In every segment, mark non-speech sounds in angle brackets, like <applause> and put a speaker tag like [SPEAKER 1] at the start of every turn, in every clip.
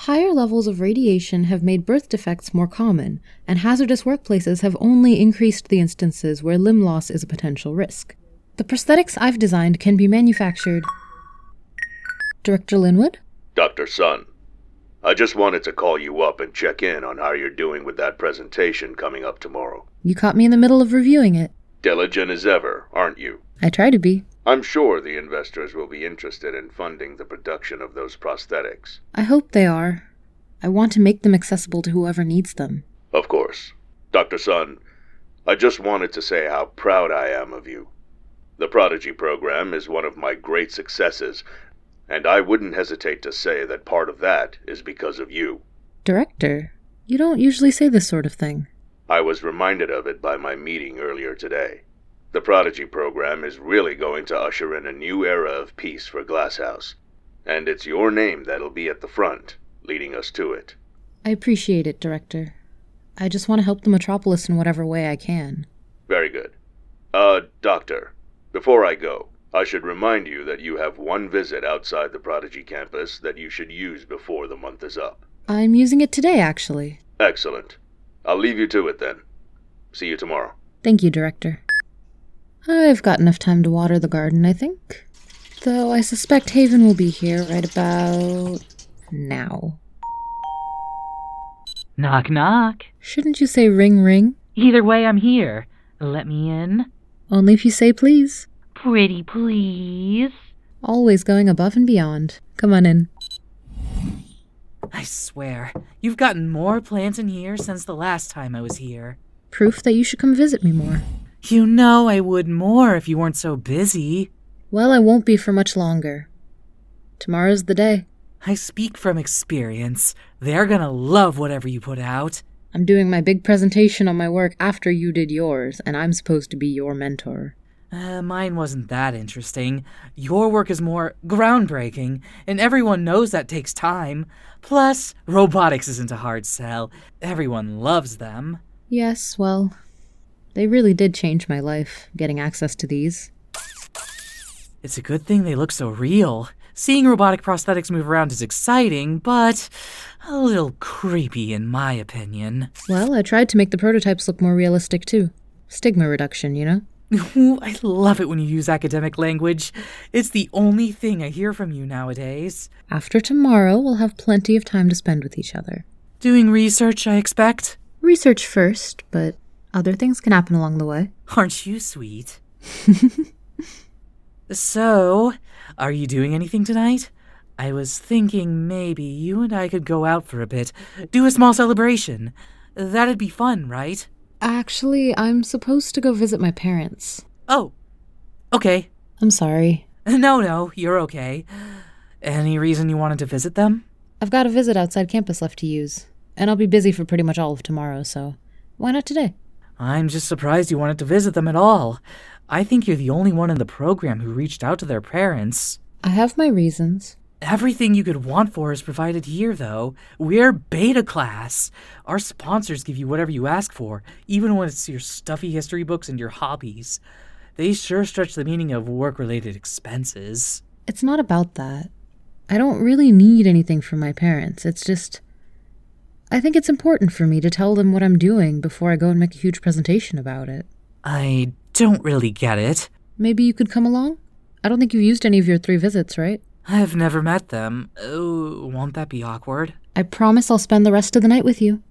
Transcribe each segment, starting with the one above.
[SPEAKER 1] Higher levels of radiation have made birth defects more common, and hazardous workplaces have only increased the instances where limb loss is a potential risk. The prosthetics I've designed can be manufactured. Director Linwood?
[SPEAKER 2] Dr. Sun, I just wanted to call you up and check in on how you're doing with that presentation coming up tomorrow.
[SPEAKER 1] You caught me in the middle of reviewing it.
[SPEAKER 2] Diligent as ever, aren't you?
[SPEAKER 1] I try to be.
[SPEAKER 2] I'm sure the investors will be interested in funding the production of those prosthetics.
[SPEAKER 1] I hope they are. I want to make them accessible to whoever needs them.
[SPEAKER 2] Of course. Dr. Sun, I just wanted to say how proud I am of you. The Prodigy program is one of my great successes, and I wouldn't hesitate to say that part of that is because of you.
[SPEAKER 1] Director, you don't usually say this sort of thing.
[SPEAKER 2] I was reminded of it by my meeting earlier today. The Prodigy program is really going to usher in a new era of peace for Glasshouse, and it's your name that'll be at the front, leading us to it.
[SPEAKER 1] I appreciate it, Director. I just want to help the Metropolis in whatever way I can.
[SPEAKER 2] Very good. Uh, Doctor, before I go, I should remind you that you have one visit outside the Prodigy campus that you should use before the month is up.
[SPEAKER 1] I'm using it today, actually.
[SPEAKER 2] Excellent. I'll leave you to it then. See you tomorrow.
[SPEAKER 1] Thank you, Director. I've got enough time to water the garden, I think. Though I suspect Haven will be here right about now.
[SPEAKER 3] Knock, knock.
[SPEAKER 1] Shouldn't you say ring ring?
[SPEAKER 3] Either way, I'm here. Let me in.
[SPEAKER 1] Only if you say please.
[SPEAKER 3] Pretty please.
[SPEAKER 1] Always going above and beyond. Come on in.
[SPEAKER 4] I swear, you've gotten more plants in here since the last time I was here.
[SPEAKER 1] Proof that you should come visit me more.
[SPEAKER 4] You know I would more if you weren't so busy.
[SPEAKER 1] Well, I won't be for much longer. Tomorrow's the day.
[SPEAKER 4] I speak from experience. They're gonna love whatever you put out.
[SPEAKER 1] I'm doing my big presentation on my work after you did yours, and I'm supposed to be your mentor.
[SPEAKER 4] Uh, mine wasn't that interesting. Your work is more groundbreaking, and everyone knows that takes time. Plus, robotics isn't a hard sell. Everyone loves them.
[SPEAKER 1] Yes, well, they really did change my life, getting access to these.
[SPEAKER 4] It's a good thing they look so real. Seeing robotic prosthetics move around is exciting, but a little creepy in my opinion.
[SPEAKER 1] Well, I tried to make the prototypes look more realistic, too. Stigma reduction, you know?
[SPEAKER 4] Ooh, I love it when you use academic language. It's the only thing I hear from you nowadays.
[SPEAKER 1] After tomorrow, we'll have plenty of time to spend with each other.
[SPEAKER 4] Doing research, I expect.
[SPEAKER 1] Research first, but other things can happen along the way.
[SPEAKER 4] Aren't you sweet? <laughs> so, are you doing anything tonight? I was thinking maybe you and I could go out for a bit, do a small celebration. That'd be fun, right?
[SPEAKER 1] Actually, I'm supposed to go visit my parents.
[SPEAKER 4] Oh, okay.
[SPEAKER 1] I'm sorry.
[SPEAKER 4] <laughs> No, no, you're okay. Any reason you wanted to visit them?
[SPEAKER 1] I've got a visit outside campus left to use, and I'll be busy for pretty much all of tomorrow, so why not today?
[SPEAKER 4] I'm just surprised you wanted to visit them at all. I think you're the only one in the program who reached out to their parents.
[SPEAKER 1] I have my reasons.
[SPEAKER 4] Everything you could want for is provided here, though. We're beta class. Our sponsors give you whatever you ask for, even when it's your stuffy history books and your hobbies. They sure stretch the meaning of work related expenses.
[SPEAKER 1] It's not about that. I don't really need anything from my parents. It's just. I think it's important for me to tell them what I'm doing before I go and make a huge presentation about it.
[SPEAKER 4] I don't really get it.
[SPEAKER 1] Maybe you could come along? I don't think you've used any of your three visits, right?
[SPEAKER 4] I've never met them. Oh, won't that be awkward?
[SPEAKER 1] I promise I'll spend the rest of the night with you.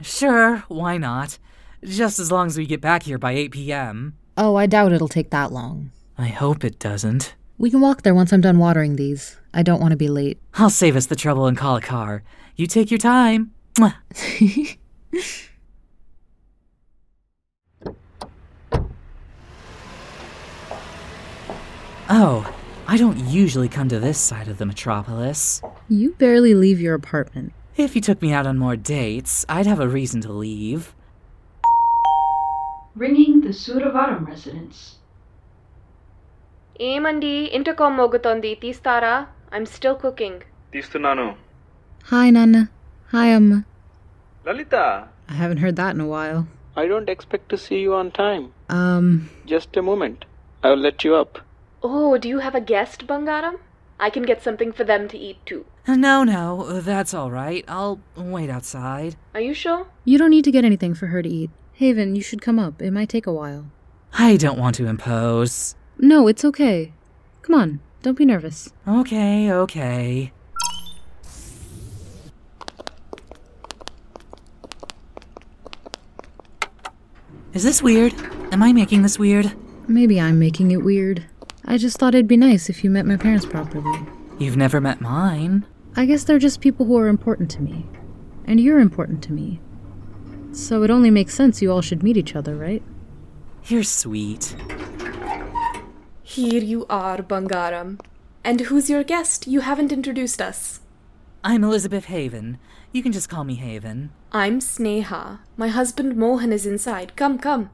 [SPEAKER 4] Sure, why not? Just as long as we get back here by 8 p.m.
[SPEAKER 1] Oh, I doubt it'll take that long.
[SPEAKER 4] I hope it doesn't.
[SPEAKER 1] We can walk there once I'm done watering these. I don't want to be late.
[SPEAKER 4] I'll save us the trouble and call a car. You take your time. Mwah. <laughs> Oh, I don't usually come to this side of the metropolis.
[SPEAKER 1] you barely leave your apartment.
[SPEAKER 4] If you took me out on more dates, I'd have a reason to leave.
[SPEAKER 5] ringing the Suravaram residence.
[SPEAKER 6] ఏమండి intercom మోగుతోంది తీస్తారా I'm still cooking
[SPEAKER 7] తీస్తున్నాను
[SPEAKER 1] Hi, Nana. Hi, um. Amma.
[SPEAKER 7] Lalitha
[SPEAKER 1] I haven't heard that in a while.
[SPEAKER 7] I don't expect to see you on time
[SPEAKER 1] Um,
[SPEAKER 7] just a moment I will let you up
[SPEAKER 6] Oh, oh do you have a guest బంగారం I can get something for them to eat too.
[SPEAKER 4] No, no, that's all right. I'll wait outside.
[SPEAKER 6] Are you sure?
[SPEAKER 1] You don't need to get anything for her to eat. Haven, you should come up. It might take a while.
[SPEAKER 4] I don't want to impose.
[SPEAKER 1] No, it's okay. Come on, don't be nervous.
[SPEAKER 4] Okay, okay. Is this weird? Am I making this weird?
[SPEAKER 1] Maybe I'm making it weird. I just thought it'd be nice if you met my parents properly.
[SPEAKER 4] You've never met mine.
[SPEAKER 1] I guess they're just people who are important to me. And you're important to me. So it only makes sense you all should meet each other, right?
[SPEAKER 4] You're sweet.
[SPEAKER 6] Here you are, Bangaram. And who's your guest? You haven't introduced us.
[SPEAKER 4] I'm Elizabeth Haven. You can just call me Haven.
[SPEAKER 6] I'm Sneha. My husband Mohan is inside. Come, come.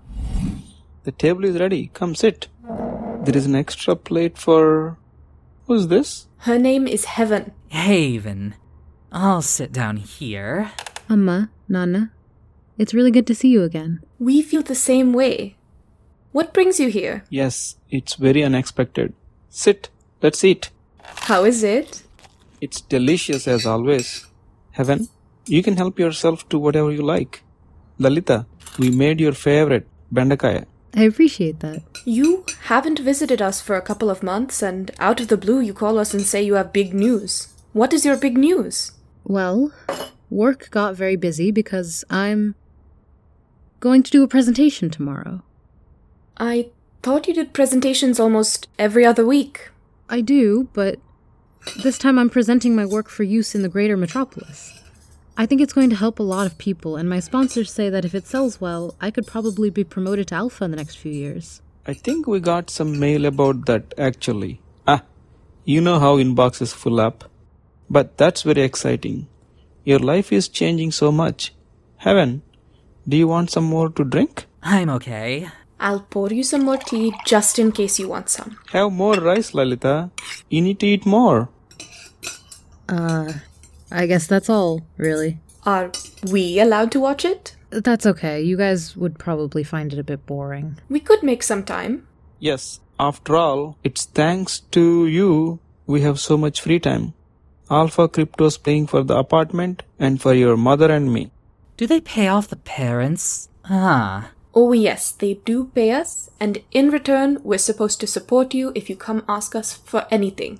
[SPEAKER 7] The table is ready. Come sit. There is an extra plate for. Who's this?
[SPEAKER 6] Her name is Heaven.
[SPEAKER 4] Haven. I'll sit down here.
[SPEAKER 1] Amma, Nana, it's really good to see you again.
[SPEAKER 6] We feel the same way. What brings you here?
[SPEAKER 7] Yes, it's very unexpected. Sit. Let's eat.
[SPEAKER 6] How is it?
[SPEAKER 7] It's delicious as always. Heaven, you can help yourself to whatever you like. Lalita, we made your favorite, Bandakaya.
[SPEAKER 1] I appreciate that.
[SPEAKER 6] You haven't visited us for a couple of months, and out of the blue, you call us and say you have big news. What is your big news?
[SPEAKER 1] Well, work got very busy because I'm going to do a presentation tomorrow.
[SPEAKER 6] I thought you did presentations almost every other week.
[SPEAKER 1] I do, but this time I'm presenting my work for use in the greater metropolis. I think it's going to help a lot of people, and my sponsors say that if it sells well, I could probably be promoted to alpha in the next few years.
[SPEAKER 7] I think we got some mail about that actually. Ah, you know how inbox is full up. But that's very exciting. Your life is changing so much. Heaven, do you want some more to drink?
[SPEAKER 4] I'm okay.
[SPEAKER 6] I'll pour you some more tea just in case you want some.
[SPEAKER 7] Have more rice, Lalita. You need to eat more.
[SPEAKER 1] Uh, I guess that's all, really.
[SPEAKER 6] Are we allowed to watch it?
[SPEAKER 1] That's okay. You guys would probably find it a bit boring.
[SPEAKER 6] We could make some time.
[SPEAKER 7] Yes, after all, it's thanks to you we have so much free time. Alpha Crypto's paying for the apartment and for your mother and me.
[SPEAKER 4] Do they pay off the parents? Ah.
[SPEAKER 6] Oh, yes, they do pay us, and in return, we're supposed to support you if you come ask us for anything.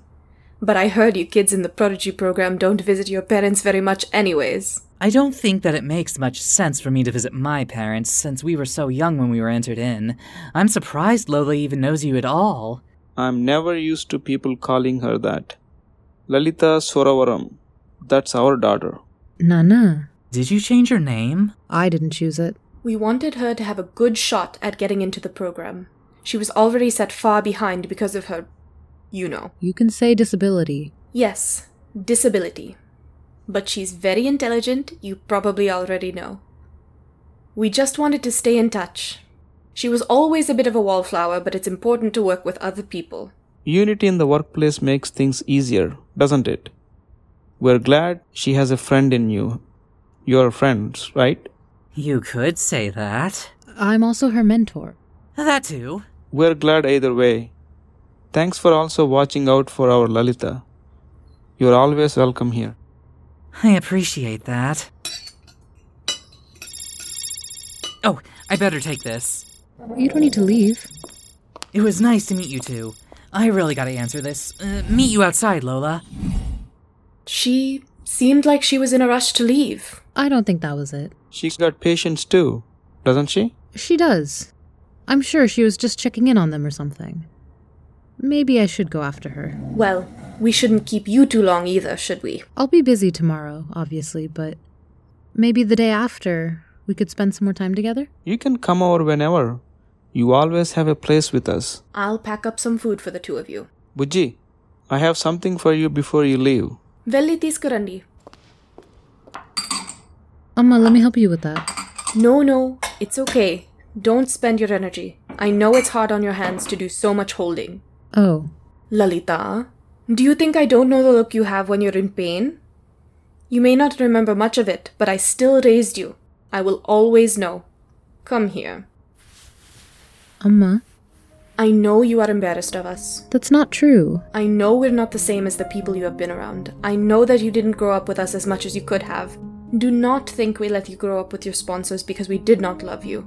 [SPEAKER 6] But I heard you kids in the Prodigy program don't visit your parents very much, anyways.
[SPEAKER 4] I don't think that it makes much sense for me to visit my parents since we were so young when we were entered in. I'm surprised Lola even knows you at all.
[SPEAKER 7] I'm never used to people calling her that. Lalita Soravaram. That's our daughter.
[SPEAKER 1] Nana,
[SPEAKER 4] Did you change your name?
[SPEAKER 1] I didn't choose it.
[SPEAKER 6] We wanted her to have a good shot at getting into the program. She was already set far behind because of her. you know.
[SPEAKER 1] You can say disability.
[SPEAKER 6] Yes, disability. But she's very intelligent, you probably already know. We just wanted to stay in touch. She was always a bit of a wallflower, but it's important to work with other people.
[SPEAKER 7] Unity in the workplace makes things easier, doesn't it? We're glad she has a friend in you. You're friends, right?
[SPEAKER 4] You could say that.
[SPEAKER 1] I'm also her mentor.
[SPEAKER 4] That too.
[SPEAKER 7] We're glad either way. Thanks for also watching out for our Lalita. You're always welcome here.
[SPEAKER 4] I appreciate that. Oh, I better take this.
[SPEAKER 1] You don't need to leave.
[SPEAKER 4] It was nice to meet you two. I really gotta answer this. Uh, meet you outside, Lola.
[SPEAKER 6] She seemed like she was in a rush to leave.
[SPEAKER 1] I don't think that was it.
[SPEAKER 7] She's got patience too, doesn't she?
[SPEAKER 1] She does. I'm sure she was just checking in on them or something. Maybe I should go after her.
[SPEAKER 6] Well, we shouldn't keep you too long either, should we?
[SPEAKER 1] I'll be busy tomorrow, obviously, but maybe the day after we could spend some more time together?
[SPEAKER 7] You can come over whenever. You always have a place with us.
[SPEAKER 6] I'll pack up some food for the two of you.
[SPEAKER 7] Bujji, I have something for you before you leave.
[SPEAKER 6] Velli tiskurandi.
[SPEAKER 1] Amma, let me help you with that.
[SPEAKER 6] No, no, it's okay. Don't spend your energy. I know it's hard on your hands to do so much holding.
[SPEAKER 1] Oh,
[SPEAKER 6] Lalita, do you think I don't know the look you have when you're in pain? You may not remember much of it, but I still raised you. I will always know. Come here.
[SPEAKER 1] Amma,
[SPEAKER 6] I know you are embarrassed of us.
[SPEAKER 1] That's not true.
[SPEAKER 6] I know we're not the same as the people you have been around. I know that you didn't grow up with us as much as you could have. Do not think we let you grow up with your sponsors because we did not love you.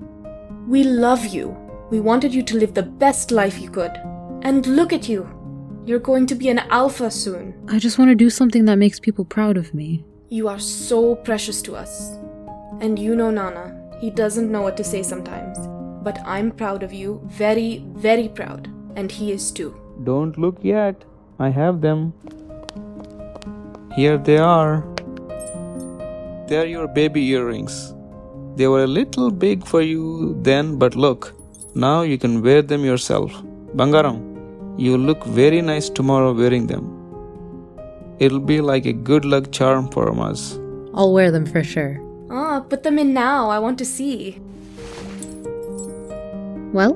[SPEAKER 6] We love you. We wanted you to live the best life you could. And look at you. You're going to be an alpha soon.
[SPEAKER 1] I just want to do something that makes people proud of me.
[SPEAKER 6] You are so precious to us. And you know Nana. He doesn't know what to say sometimes. But I'm proud of you. Very, very proud. And he is too.
[SPEAKER 7] Don't look yet. I have them. Here they are. They're your baby earrings. They were a little big for you then, but look, now you can wear them yourself. Bangaram, you look very nice tomorrow wearing them. It'll be like a good luck charm for us.
[SPEAKER 1] I'll wear them for sure.
[SPEAKER 6] Ah, put them in now. I want to see.
[SPEAKER 1] Well,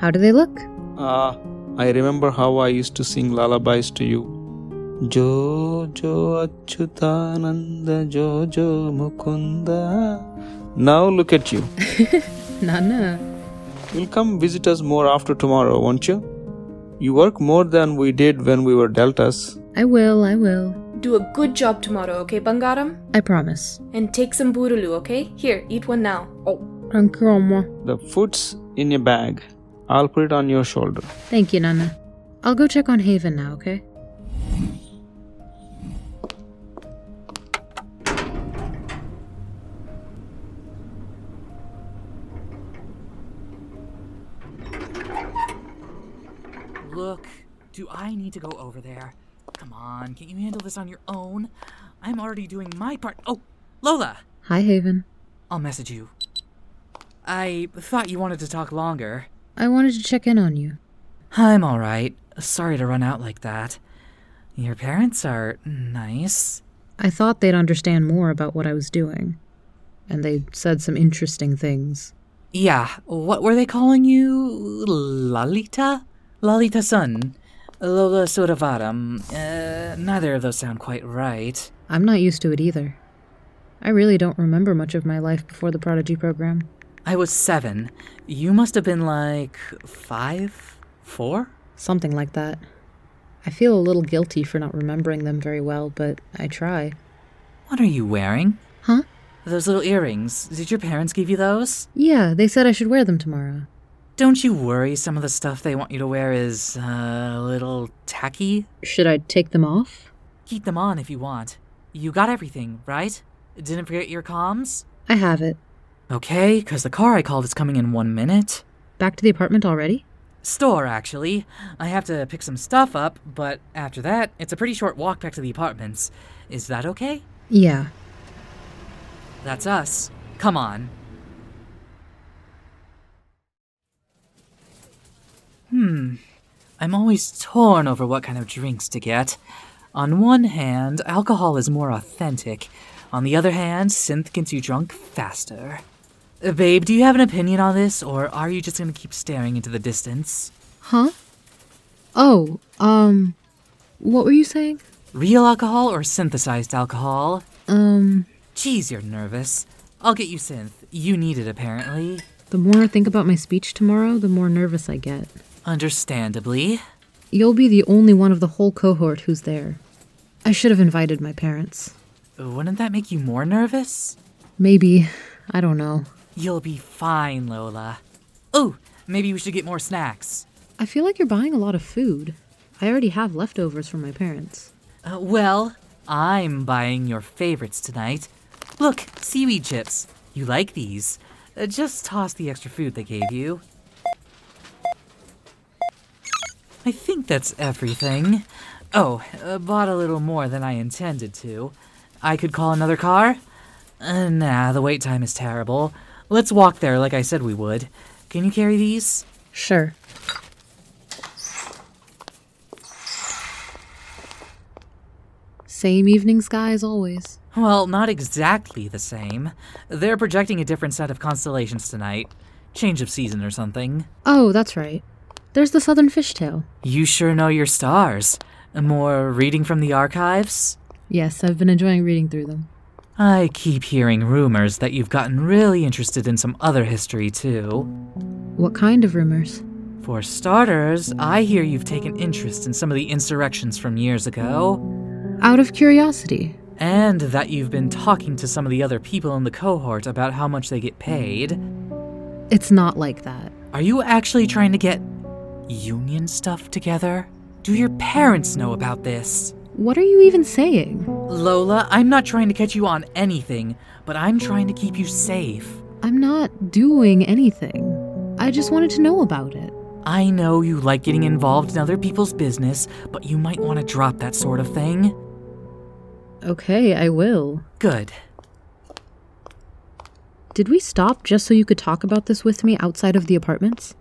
[SPEAKER 1] how do they look?
[SPEAKER 7] Ah, I remember how I used to sing lullabies to you. Jo Jo Achyutananda Jo Jo Mukunda. Now look at you.
[SPEAKER 1] Nana.
[SPEAKER 7] You'll come visit us more after tomorrow, won't you? You work more than we did when we were deltas.
[SPEAKER 1] I will, I will.
[SPEAKER 6] Do a good job tomorrow, okay, Bangaram?
[SPEAKER 1] I promise.
[SPEAKER 6] And take some burulu, okay? Here, eat one now. Oh.
[SPEAKER 1] Thank you, Amma.
[SPEAKER 7] The food's in your bag. I'll put it on your shoulder.
[SPEAKER 1] Thank you, Nana. I'll go check on Haven now, okay?
[SPEAKER 4] Look, do I need to go over there? Come on, can you handle this on your own? I'm already doing my part. Oh, Lola!
[SPEAKER 1] Hi, Haven.
[SPEAKER 4] I'll message you. I thought you wanted to talk longer.
[SPEAKER 1] I wanted to check in on you.
[SPEAKER 4] I'm alright. Sorry to run out like that. Your parents are nice.
[SPEAKER 1] I thought they'd understand more about what I was doing. And they said some interesting things.
[SPEAKER 4] Yeah, what were they calling you? Lalita? Lalita Sun. Lola Suravaram. Uh, neither of those sound quite right.
[SPEAKER 1] I'm not used to it either. I really don't remember much of my life before the Prodigy program.
[SPEAKER 4] I was seven. You must have been like five? Four?
[SPEAKER 1] Something like that. I feel a little guilty for not remembering them very well, but I try.
[SPEAKER 4] What are you wearing?
[SPEAKER 1] Huh?
[SPEAKER 4] Those little earrings. Did your parents give you those?
[SPEAKER 1] Yeah, they said I should wear them tomorrow.
[SPEAKER 4] Don't you worry some of the stuff they want you to wear is uh, a little tacky?
[SPEAKER 1] Should I take them off?
[SPEAKER 4] Keep them on if you want. You got everything, right? Didn't forget your comms?
[SPEAKER 1] I have it.
[SPEAKER 4] Okay, 'cause the car I called is coming in one minute.
[SPEAKER 1] Back to the apartment already?
[SPEAKER 4] Store, actually. I have to pick some stuff up, but after that, it's a pretty short walk back to the apartments. Is that okay?
[SPEAKER 1] Yeah.
[SPEAKER 4] That's us. Come on. Hmm. I'm always torn over what kind of drinks to get. On one hand, alcohol is more authentic. On the other hand, synth gets you drunk faster. Uh, Babe, do you have an opinion on this, or are you just gonna keep staring into the distance?
[SPEAKER 1] Huh? Oh, um. What were you saying?
[SPEAKER 4] Real alcohol or synthesized alcohol?
[SPEAKER 1] Um.
[SPEAKER 4] Geez, you're nervous. I'll get you synth. You need it, apparently.
[SPEAKER 1] The more I think about my speech tomorrow, the more nervous I get.
[SPEAKER 4] Understandably.
[SPEAKER 1] You'll be the only one of the whole cohort who's there. I should have invited my parents.
[SPEAKER 4] Wouldn't that make you more nervous?
[SPEAKER 1] Maybe. I don't know.
[SPEAKER 4] You'll be fine, Lola. Oh, maybe we should get more snacks.
[SPEAKER 1] I feel like you're buying a lot of food. I already have leftovers from my parents.
[SPEAKER 4] Uh, well, I'm buying your favorites tonight. Look, seaweed chips. You like these. Uh, just toss the extra food they gave you. I think that's everything. Oh, uh, bought a little more than I intended to. I could call another car? Uh, nah, the wait time is terrible. Let's walk there like I said we would. Can you carry these?
[SPEAKER 1] Sure. Same evening sky as always.
[SPEAKER 4] Well, not exactly the same. They're projecting a different set of constellations tonight. Change of season or something.
[SPEAKER 1] Oh, that's right. There's the southern fishtail.
[SPEAKER 4] You sure know your stars. More reading from the archives?
[SPEAKER 1] Yes, I've been enjoying reading through them.
[SPEAKER 4] I keep hearing rumors that you've gotten really interested in some other history, too.
[SPEAKER 1] What kind of rumors?
[SPEAKER 4] For starters, I hear you've taken interest in some of the insurrections from years ago,
[SPEAKER 1] Out of curiosity,
[SPEAKER 4] and that you've been talking to some of the other people in the cohort about how much they get paid.
[SPEAKER 1] it's not like that.
[SPEAKER 4] Are you actually trying to get union stuff together? Do your parents know about this?
[SPEAKER 1] What are you even saying?
[SPEAKER 4] Lola, I'm not trying to catch you on anything, but I'm trying to keep you safe.
[SPEAKER 1] I'm not doing anything. I just wanted to know about it.
[SPEAKER 4] I know you like getting involved in other people's business, but you might want to drop that sort of thing.
[SPEAKER 1] Okay, I will.
[SPEAKER 4] Good.
[SPEAKER 1] Did we stop just so you could talk about this with me outside of the apartments?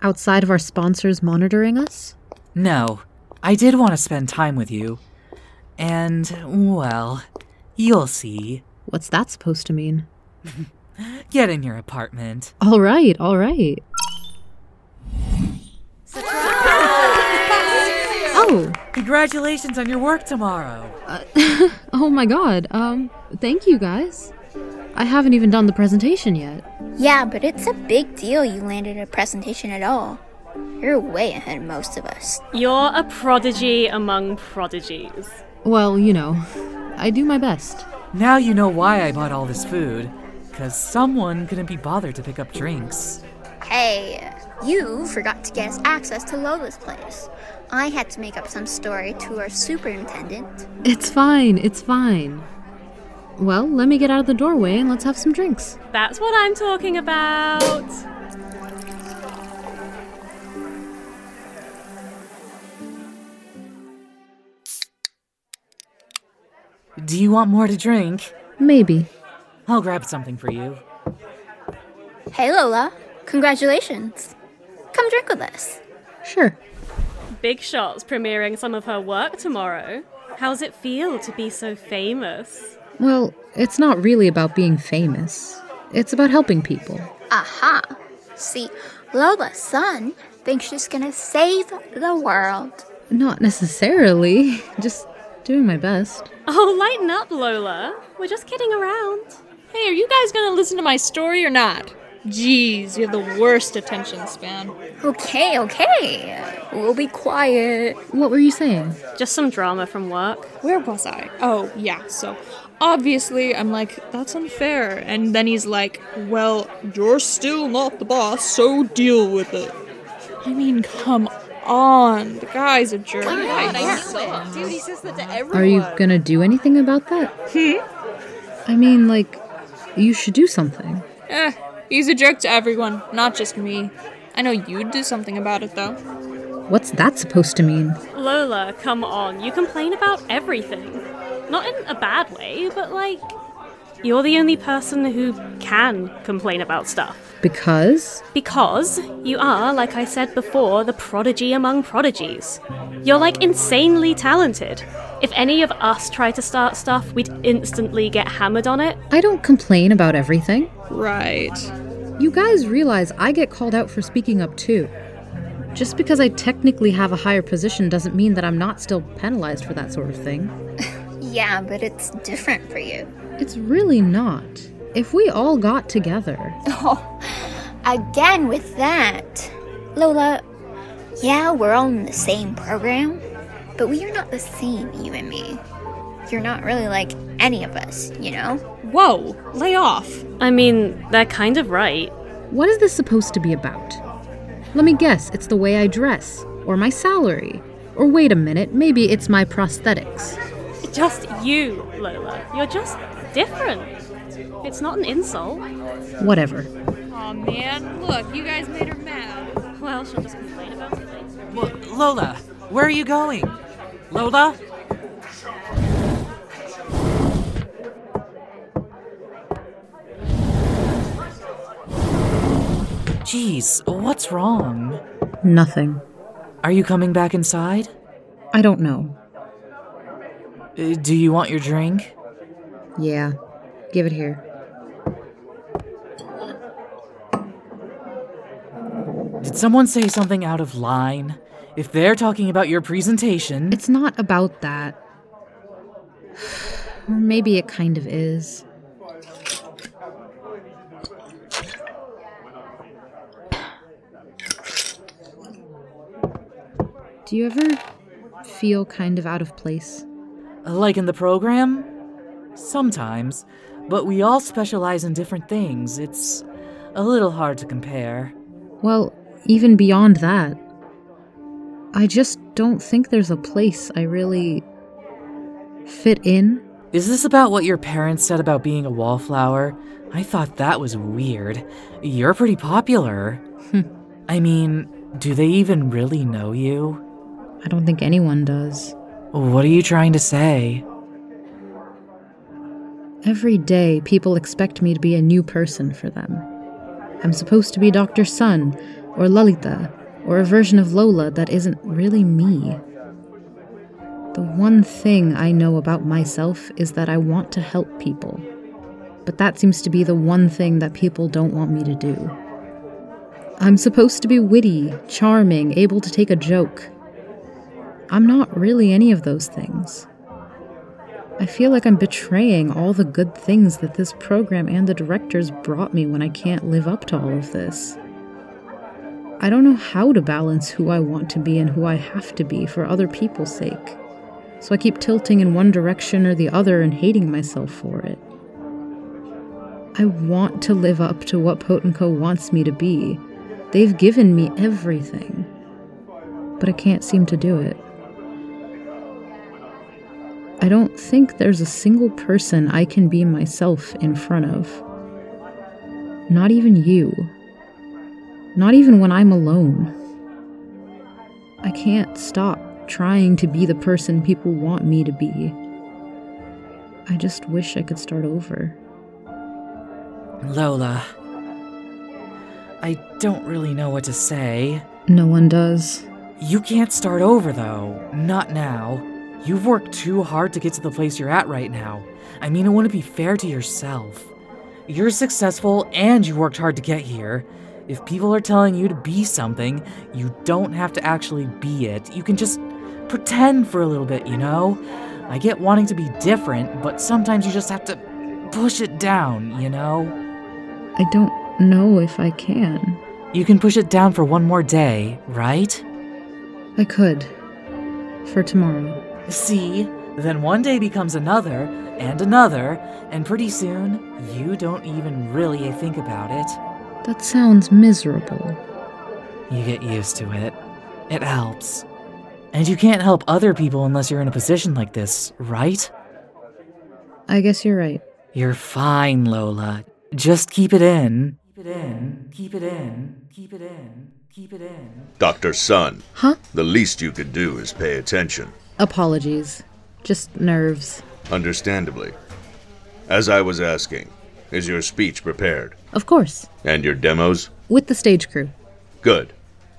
[SPEAKER 1] Outside of our sponsors monitoring us?
[SPEAKER 4] No, I did want to spend time with you. And, well, you'll see.
[SPEAKER 1] What's that supposed to mean?
[SPEAKER 4] Get in your apartment.
[SPEAKER 1] All right, all right. Oh,
[SPEAKER 4] Congratulations on your work tomorrow.
[SPEAKER 1] oh my god. Um, thank you guys. I haven't even done the presentation yet.
[SPEAKER 8] Yeah, but it's a big deal you landed a presentation at all. You're way ahead of most of us.
[SPEAKER 9] You're a prodigy among prodigies.
[SPEAKER 1] Well, you know, I do my best.
[SPEAKER 4] Now you know why I bought all this food. Because someone couldn't be bothered to pick up drinks.
[SPEAKER 8] Hey, you forgot to get us access to Lola's place. I had to make up some story to our superintendent.
[SPEAKER 1] It's fine, it's fine. Well, let me get out of the doorway and let's have some drinks.
[SPEAKER 9] That's what I'm talking about.
[SPEAKER 4] Do you want more to drink?
[SPEAKER 1] Maybe.
[SPEAKER 4] I'll grab something for you.
[SPEAKER 8] Hey, Lola, congratulations. Come drink with us.
[SPEAKER 1] Sure.
[SPEAKER 9] Big Shot's premiering some of her work tomorrow. How's it feel to be so famous?
[SPEAKER 1] Well, it's not really about being famous, it's about helping people.
[SPEAKER 8] Aha! See, Lola's son thinks she's gonna save the world.
[SPEAKER 1] Not necessarily, <laughs> just doing my best.
[SPEAKER 9] Oh, lighten up, Lola. We're just kidding around.
[SPEAKER 10] Hey, are you guys gonna listen to my story or not? Jeez, you have the worst attention span.
[SPEAKER 8] Okay, okay. We'll be quiet.
[SPEAKER 1] What were you saying?
[SPEAKER 9] Just some drama from work.
[SPEAKER 10] Where was I? Oh, yeah, so obviously I'm like, that's unfair. And then he's like, well, you're still not the boss, so deal with it. I mean, come on. The guy's a
[SPEAKER 9] Oh
[SPEAKER 10] jerk.
[SPEAKER 1] Are you gonna do anything about that?
[SPEAKER 10] Hmm?
[SPEAKER 1] I mean, like, you should do something.
[SPEAKER 10] Eh, he's a jerk to everyone, not just me. I know you'd do something about it, though.
[SPEAKER 1] What's that supposed to mean?
[SPEAKER 9] Lola, come on. You complain about everything. Not in a bad way, but like, you're the only person who can complain about stuff.
[SPEAKER 1] Because?
[SPEAKER 9] Because you are, like I said before, the prodigy among prodigies. You're like insanely talented. If any of us try to start stuff, we'd instantly get hammered on it.
[SPEAKER 1] I don't complain about everything.
[SPEAKER 10] Right.
[SPEAKER 1] You guys realize I get called out for speaking up too. Just because I technically have a higher position doesn't mean that I'm not still penalized for that sort of thing.
[SPEAKER 8] Yeah, but it's different for you.
[SPEAKER 1] It's really not. If we all got together,
[SPEAKER 8] Oh, <laughs> again with that. Lola, yeah, we're all in the same program, but we are not the same, you and me. You're not really like any of us, you know?
[SPEAKER 10] Whoa, lay off.
[SPEAKER 9] I mean, they're kind of right.
[SPEAKER 1] what is this supposed to be about? Let me guess, it's the way I dress, or my salary, or wait a minute, maybe it's my prosthetics.
[SPEAKER 9] Just you, Lola. You're just different. It's not an insult.
[SPEAKER 1] Whatever.
[SPEAKER 10] Aw, man, look, you guys made her mad.
[SPEAKER 9] Well, she'll just complain about it later.
[SPEAKER 4] Well, Lola, where are you going? Lola? Jeez, what's wrong?
[SPEAKER 1] Nothing.
[SPEAKER 4] Are you coming back inside?
[SPEAKER 1] I don't know.
[SPEAKER 4] Uh, do you want your drink?
[SPEAKER 1] Yeah. Give it here.
[SPEAKER 4] Did someone say something out of line? If they're talking about your presentation,
[SPEAKER 1] It's not about that. <sighs> or maybe it kind of is. <sighs> Do you ever feel kind of out of place?
[SPEAKER 4] Like in the program? Sometimes. But we all specialize in different things. It's a little hard to compare.
[SPEAKER 1] Well, even beyond that, I just don't think there's a place I really fit in.
[SPEAKER 4] Is this about what your parents said about being a wallflower? I thought that was weird. You're pretty
[SPEAKER 1] <laughs>
[SPEAKER 4] popular. I mean, do they even really know you?
[SPEAKER 1] I don't think anyone does.
[SPEAKER 4] What are you trying to say?
[SPEAKER 1] Every day, people expect me to be a new person for them. I'm supposed to be Dr. Sun, or Lalita, or a version of Lola that isn't really me. The one thing I know about myself is that I want to help people. But that seems to be the one thing that people don't want me to do. I'm supposed to be witty, charming, able to take a joke. I'm not really any of those things. I feel like I'm betraying all the good things that this program and the directors brought me when I can't live up to all of this. I don't know how to balance who I want to be and who I have to be for other people's sake. So I keep tilting in one direction or the other and hating myself for it. I want to live up to what Potenko wants me to be. They've given me everything. But I can't seem to do it. I don't think there's a single person I can be myself in front of. Not even you. Not even when I'm alone. I can't stop trying to be the person people want me to be. I just wish I could start over.
[SPEAKER 4] Lola. I don't really know what to say.
[SPEAKER 1] No one does.
[SPEAKER 4] You can't start over, though. Not now. You've worked too hard to get to the place you're at right now. I mean, it wouldn't be fair to yourself. You're successful and you worked hard to get here. If people are telling you to be something, you don't have to actually be it. You can just pretend for a little bit, you know? I get wanting to be different, but sometimes you just have to push it down, you know?
[SPEAKER 1] I don't know if I can.
[SPEAKER 4] You can push it down for one more day, right?
[SPEAKER 1] I could. For tomorrow.
[SPEAKER 4] See? Then one day becomes another, and another, and pretty soon, you don't even really think about it.
[SPEAKER 1] That sounds miserable.
[SPEAKER 4] You get used to it. It helps. And you can't help other people unless you're in a position like this, right?
[SPEAKER 1] I guess you're right.
[SPEAKER 4] You're fine, Lola. Just keep it in. Keep it in. Keep it in. Keep it in. Keep it in.
[SPEAKER 2] Dr. Sun,
[SPEAKER 1] Huh?
[SPEAKER 2] the least you could do is pay attention.
[SPEAKER 1] Apologies. Just nerves.
[SPEAKER 2] Understandably. As I was asking, is your speech prepared?
[SPEAKER 1] Of course.
[SPEAKER 2] And your demos?
[SPEAKER 1] With the stage crew.
[SPEAKER 2] Good.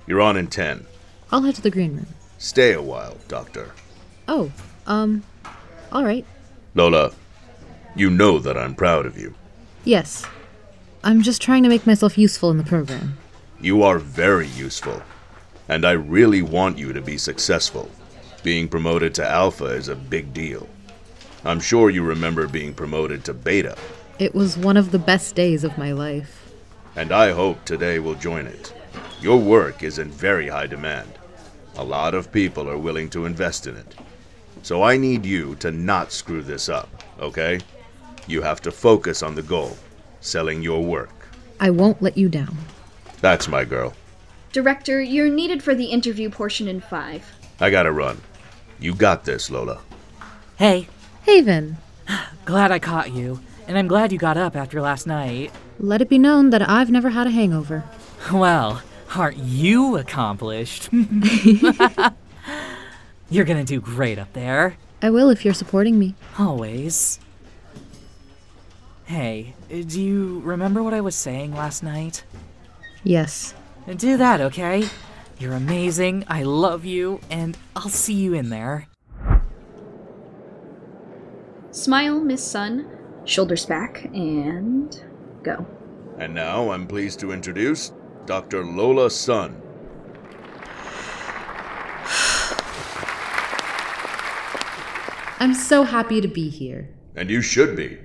[SPEAKER 2] You're on in 10.
[SPEAKER 1] I'll head to the green room.
[SPEAKER 2] Stay a while, Doctor.
[SPEAKER 1] Oh, um, alright.
[SPEAKER 2] Lola, you know that I'm proud of you.
[SPEAKER 1] Yes. I'm just trying to make myself useful in the program.
[SPEAKER 2] You are very useful. And I really want you to be successful. Being promoted to Alpha is a big deal. I'm sure you remember being promoted to Beta,
[SPEAKER 1] It was one of the best days of my life.
[SPEAKER 2] and I hope today will join it. Your work is in very high demand. A lot of people are willing to invest in it. So I need you to not screw this up, okay? You have to focus on the goal selling your work.
[SPEAKER 1] I won't let you down.
[SPEAKER 2] That's my girl.
[SPEAKER 11] Director, you're needed for the interview portion in five.
[SPEAKER 2] I gotta run. You got this, Lola.
[SPEAKER 4] Hey,
[SPEAKER 1] Haven,
[SPEAKER 4] <sighs> glad I caught you. And I'm glad you got up after last night.
[SPEAKER 1] let it be known that I've never had a hangover.
[SPEAKER 4] Well, aren't you accomplished? You're gonna do great up there.
[SPEAKER 1] I will if you're supporting me.
[SPEAKER 4] Always. Hey, uh, do you remember what I was saying last night? Uh,
[SPEAKER 1] Yes.
[SPEAKER 4] Do that, okay? You're amazing, I love you, and I'll see you in there.
[SPEAKER 11] Smile, Miss Sun, shoulders back, and go.
[SPEAKER 2] And now I'm pleased to introduce Dr. Lola Sun.
[SPEAKER 1] I'm so happy to be here.
[SPEAKER 2] And you should be.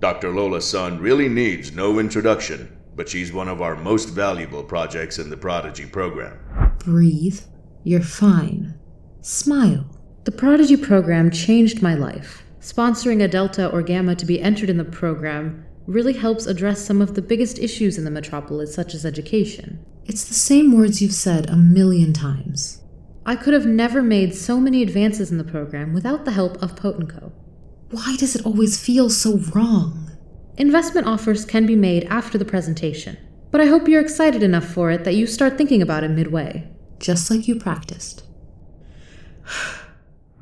[SPEAKER 2] Dr. Lola Sun really needs no introduction, but she's one of our most valuable projects in the Prodigy program.
[SPEAKER 1] Breathe. You're fine. Smile. The Prodigy program changed my life. Sponsoring a Delta or Gamma to be entered in the program really helps address some of the biggest issues in the metropolis, such as education. It's the same words you've said a million times. I could have never made so many advances in the program without the help of Potenco. Why does it always feel so wrong? Investment offers can be made after the presentation, but I hope you're excited enough for it that you start thinking about it midway. Just like you practiced.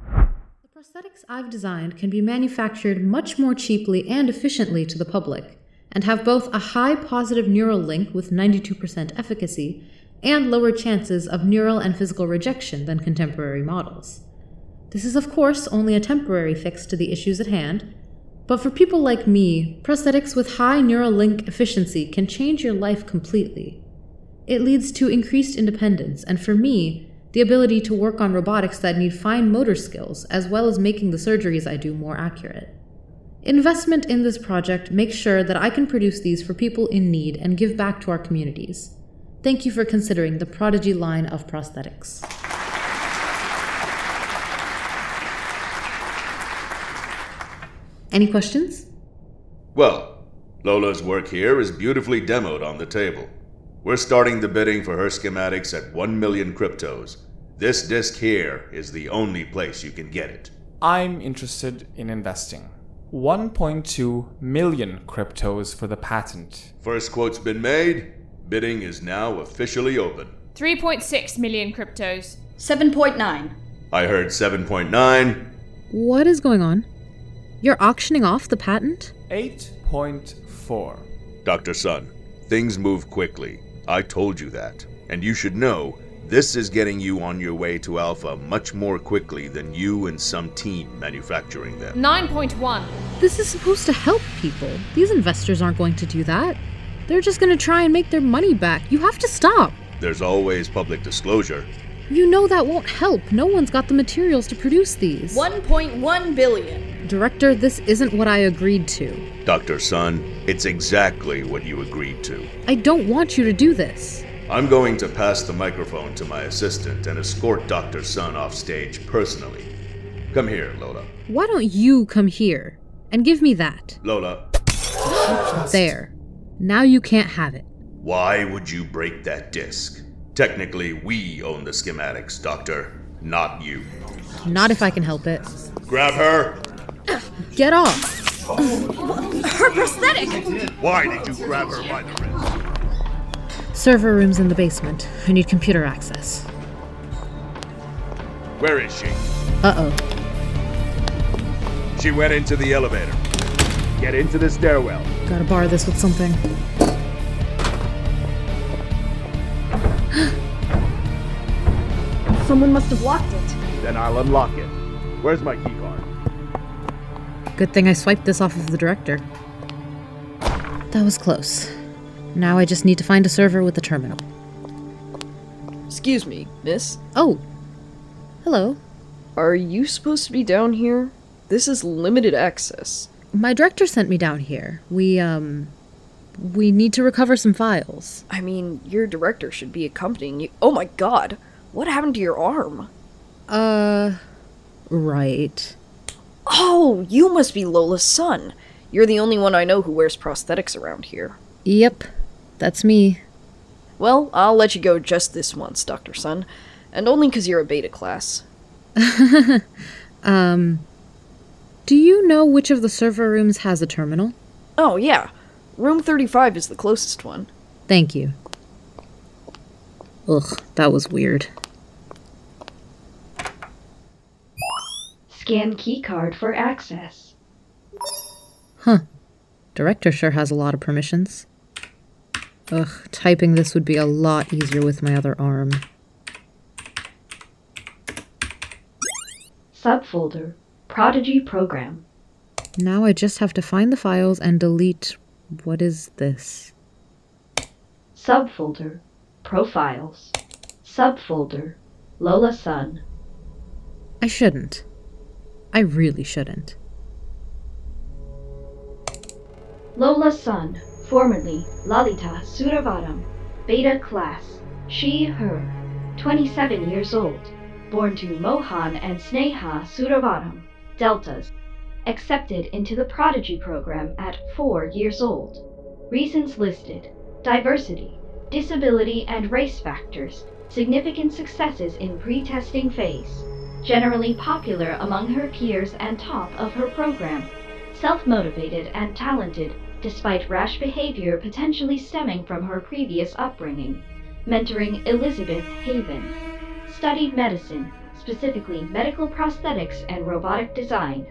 [SPEAKER 1] the prosthetics I've designed can be manufactured much more cheaply and efficiently to the public, and have both a high positive neural link with 92% efficacy and lower chances of neural and physical rejection than contemporary models. This is, of course, only a temporary fix to the issues at hand, but for people like me, prosthetics with high neural link efficiency can change your life completely. It leads to increased independence, and for me, the ability to work on robotics that need fine motor skills, as well as making the surgeries I do more accurate. Investment in this project makes sure that I can produce these for people in need and give back to our communities. Thank you for considering the Prodigy line of prosthetics. Any questions?
[SPEAKER 2] Well, Lola's work here is beautifully demoed on the table. We're starting the bidding for her schematics at 1 million cryptos. This disc here is the only place you can get it.
[SPEAKER 12] I'm interested in investing. 1.2 million cryptos for the patent.
[SPEAKER 2] First quote's been made. Bidding is now officially open.
[SPEAKER 13] 3.6 million cryptos.
[SPEAKER 14] 7.9.
[SPEAKER 2] I heard 7.9.
[SPEAKER 1] What is going on? You're auctioning off the patent?
[SPEAKER 12] 8.4.
[SPEAKER 2] Dr. Sun, things move quickly. I told you that. And you should know this is getting you on your way to Alpha much more quickly than you and some team manufacturing them.
[SPEAKER 13] 9.1.
[SPEAKER 1] This is supposed to help people. These investors aren't going to do that. They're just going to try and make their money back. You have to stop.
[SPEAKER 2] There's always public disclosure.
[SPEAKER 1] You know that won't help. No one's got the materials to produce these.
[SPEAKER 14] 1.1 billion.
[SPEAKER 1] Director, this isn't what I agreed to.
[SPEAKER 2] Dr. Sun, it's exactly what you agreed to.
[SPEAKER 1] I don't want you to do this.
[SPEAKER 2] I'm going to pass the microphone to my assistant and escort Dr. Sun off stage personally. Come here, Lola.
[SPEAKER 1] Why don't you come here and give me that?
[SPEAKER 2] Lola.
[SPEAKER 1] there. Now you can't have it.
[SPEAKER 2] Why would you break that disc? Technically, we own the schematics, Doctor, not you.
[SPEAKER 1] Not if I can help it.
[SPEAKER 2] Grab her!
[SPEAKER 1] Get off!
[SPEAKER 14] Her prosthetic!
[SPEAKER 2] Why did you grab her by the wrist?
[SPEAKER 1] Server room's in the basement. I need computer access.
[SPEAKER 2] Where is she?
[SPEAKER 1] Uh oh.
[SPEAKER 2] She went into the elevator. Get into the stairwell.
[SPEAKER 1] Gotta bar this with something.
[SPEAKER 14] <gasps> Someone must have locked it.
[SPEAKER 2] Then I'll unlock it. Where's my key card?
[SPEAKER 1] Good thing I swiped this off of the director. That was close. Now I just need to find a server with a terminal.
[SPEAKER 15] Excuse me, miss.
[SPEAKER 1] Oh. Hello.
[SPEAKER 15] Are you supposed to be down here? This is limited access.
[SPEAKER 1] My director sent me down here. We, um. We need to recover some files.
[SPEAKER 15] I mean, your director should be accompanying you. Oh my god! What happened to your arm?
[SPEAKER 1] Uh. Right.
[SPEAKER 15] Oh, you must be Lola's son. You're the only one I know who wears prosthetics around here.
[SPEAKER 1] Yep. That's me.
[SPEAKER 15] Well, I'll let you go just this once, Dr. Sun, and only 'cause you're a beta class.
[SPEAKER 1] um. Do you know which of the server rooms has a terminal?
[SPEAKER 15] Oh, yeah. Room 35 is the closest one.
[SPEAKER 1] Thank you. Ugh, that was weird.
[SPEAKER 5] Scan keycard for access.
[SPEAKER 1] Huh. Director sure has a lot of permissions. Ugh, typing this would be a lot easier with my other arm.
[SPEAKER 5] Subfolder Prodigy Program.
[SPEAKER 1] Now I just have to find the files and delete. What is this?
[SPEAKER 5] Subfolder Profiles. Subfolder Lola Sun.
[SPEAKER 1] I shouldn't. I really shouldn't.
[SPEAKER 5] Lola Sun, formerly Lalita Suravaram, Beta Class, she, her, 27 years old, born to Mohan and Sneha Suravaram, deltas, accepted into the Prodigy program at four years old. Reasons listed diversity, disability, and race factors, significant successes in pre testing phase, generally popular among her peers and top of her program, self motivated and talented despite rash behavior potentially stemming from her previous upbringing, mentoring Elizabeth Haven. Studied medicine, specifically medical prosthetics and robotic design.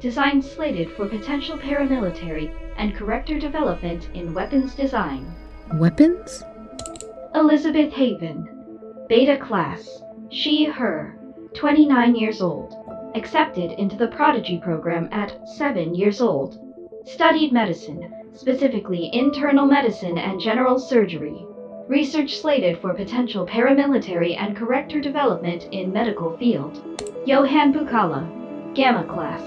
[SPEAKER 5] Design slated for potential paramilitary and corrector development in weapons design.
[SPEAKER 1] Weapons?
[SPEAKER 5] Elizabeth Haven. Beta class. She, her. 29 years old. Accepted into the Prodigy program at 7 years old. Studied medicine, specifically internal medicine and general surgery. Research slated for potential paramilitary and corrector development in medical field. Johan Bukala. Gamma class.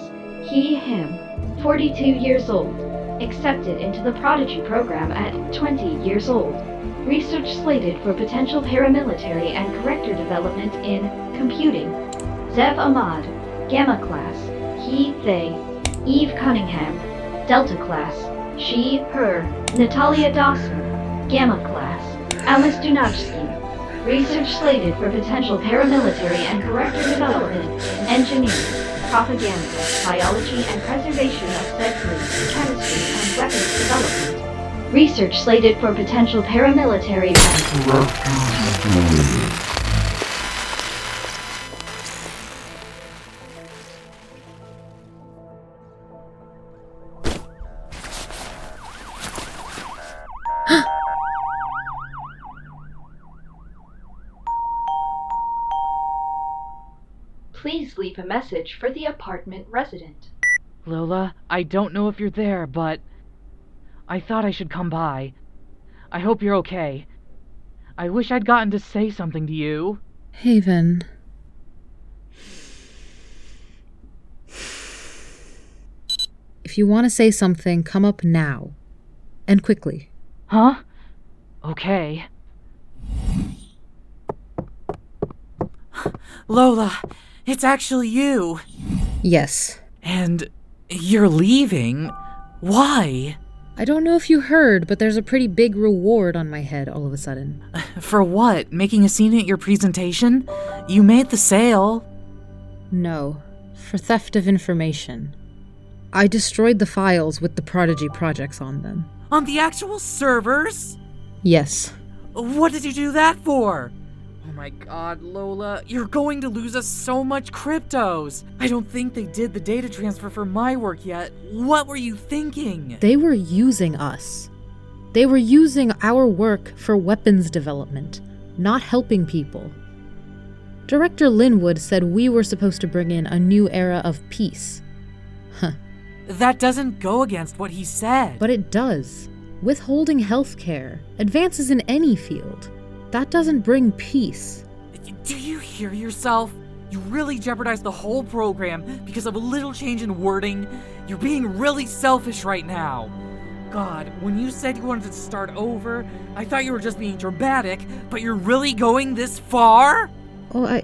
[SPEAKER 5] He, him. 42 years old. Accepted into the Prodigy program at 20 years old. Research slated for potential paramilitary and corrector development in computing. Zev Ahmad, Gamma class, he, they. Eve Cunningham, Delta class, she, her. Natalia Dawson, Gamma class, Alice Dunajski. Research slated for potential paramilitary and corrector development, engineering, propaganda, biology and preservation of said group, chemistry and weapons development. Research slated for potential paramilitary and Please leave a message for the apartment resident.
[SPEAKER 3] Lola, I don't know if you're there, but I thought I should come by. I hope you're okay. I wish I'd gotten to say something to you.
[SPEAKER 1] Haven. If you want to say something, come up now. And quickly.
[SPEAKER 3] Huh? Okay.
[SPEAKER 4] Lola, it's actually you.
[SPEAKER 1] Yes.
[SPEAKER 4] And you're leaving? Why?
[SPEAKER 1] I don't know if you heard, but there's a pretty big reward on my head all of a sudden.
[SPEAKER 4] <laughs> For what? Making a scene at your presentation? You made the sale.
[SPEAKER 1] No, for theft of information. I destroyed the files with the Prodigy projects on them.
[SPEAKER 4] On the actual servers?
[SPEAKER 1] Yes.
[SPEAKER 4] What did you do that for? Oh my god, Lola, you're going to lose us so much cryptos! I don't think they did the data transfer for my work yet. What were you thinking?
[SPEAKER 1] They were using us. They were using our work for weapons development, not helping people. Director Linwood said we were supposed to bring in a new era of peace. Huh.
[SPEAKER 4] That doesn't go against what he said.
[SPEAKER 1] But it does. Withholding healthcare, advances in any field, that doesn't bring peace.
[SPEAKER 4] Do you hear yourself? You really jeopardized the whole program because of a little change in wording. You're being really selfish right now. God, when you said you wanted to start over, I thought you were just being dramatic, but you're really going this far?
[SPEAKER 1] Oh, I.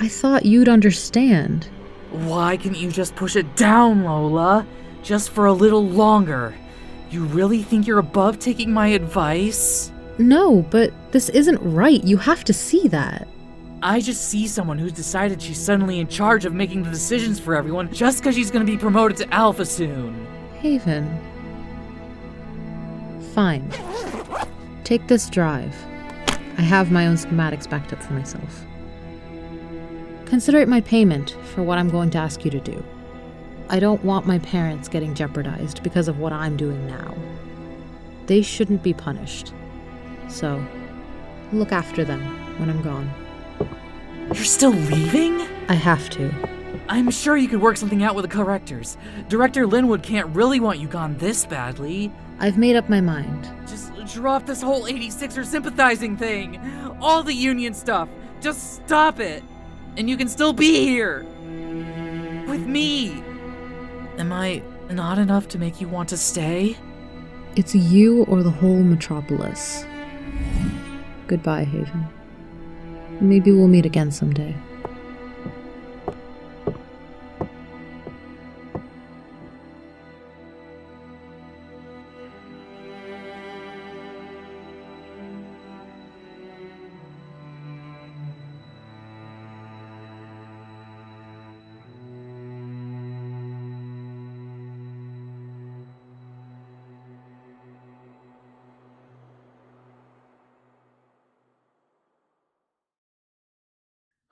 [SPEAKER 1] I thought you'd understand.
[SPEAKER 4] Why can't you just push it down, Lola? Just for a little longer. You really think you're above taking my advice?
[SPEAKER 1] No, but this isn't right. You have to see that.
[SPEAKER 4] I just see someone who's decided she's suddenly in charge of making the decisions for everyone just because she's going to be promoted to Alpha soon.
[SPEAKER 1] Haven. Fine. Take this drive. I have my own schematics backed up for myself. Consider it my payment for what I'm going to ask you to do. I don't want my parents getting jeopardized because of what I'm doing now. They shouldn't be punished. So, look after them when I'm gone.
[SPEAKER 4] You're still leaving?
[SPEAKER 1] I have to.
[SPEAKER 4] I'm sure you could work something out with the correctors. Director Linwood can't really want you gone this badly.
[SPEAKER 1] I've made up my mind.
[SPEAKER 4] Just drop this whole 86er sympathizing thing. All the union stuff. Just stop it. And you can still be here. With me. Am I not enough to make you want to stay?
[SPEAKER 1] It's you or the whole metropolis. Goodbye, Haven. Maybe we'll meet again someday.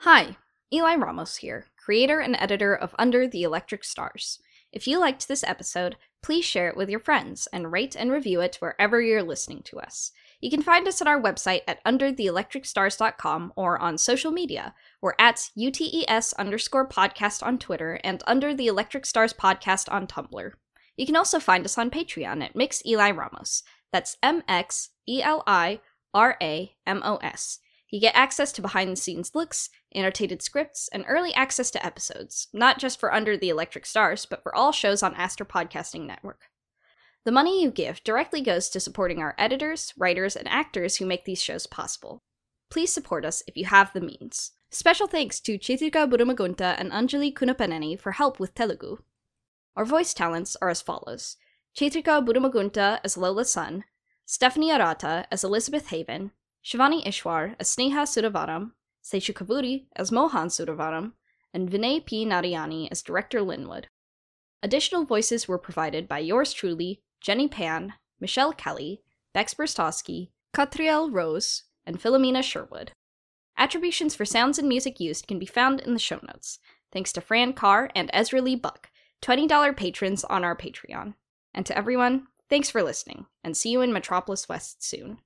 [SPEAKER 16] Hi, Eli Ramos here, creator and editor of Under the Electric Stars. If you liked this episode, please share it with your friends and rate and review it wherever you're listening to us. You can find us at our website at undertheelectricstars.com or on social media. We're at UTES underscore podcast on Twitter and Under the Electric Stars podcast on Tumblr. You can also find us on Patreon at Mix Eli Ramos. That's M X E L I R A M O S. You get access to behind the scenes looks, annotated scripts, and early access to episodes, not just for Under the Electric Stars, but for all shows on Astor Podcasting Network. The money you give directly goes to supporting our editors, writers, and actors who make these shows possible. Please support us if you have the means. Special thanks to Chitika Burumagunta and Anjali Kunapaneni for help with Telugu. Our voice talents are as follows Chitrika Burumagunta as Lola Sun, Stephanie Arata as Elizabeth Haven, Shivani Ishwar as Sneha Sudavaram, Seishu Kavuri as Mohan Sudavaram, and Vinay P. Narayani as Director Linwood. Additional voices were provided by yours truly, Jenny Pan, Michelle Kelly, Bex Berstowski, Katriel Rose, and Philomena Sherwood. Attributions for sounds and music used can be found in the show notes. Thanks to Fran Carr and Ezra Lee Buck, $20 patrons on our Patreon. And to everyone, thanks for listening, and see you in Metropolis West soon.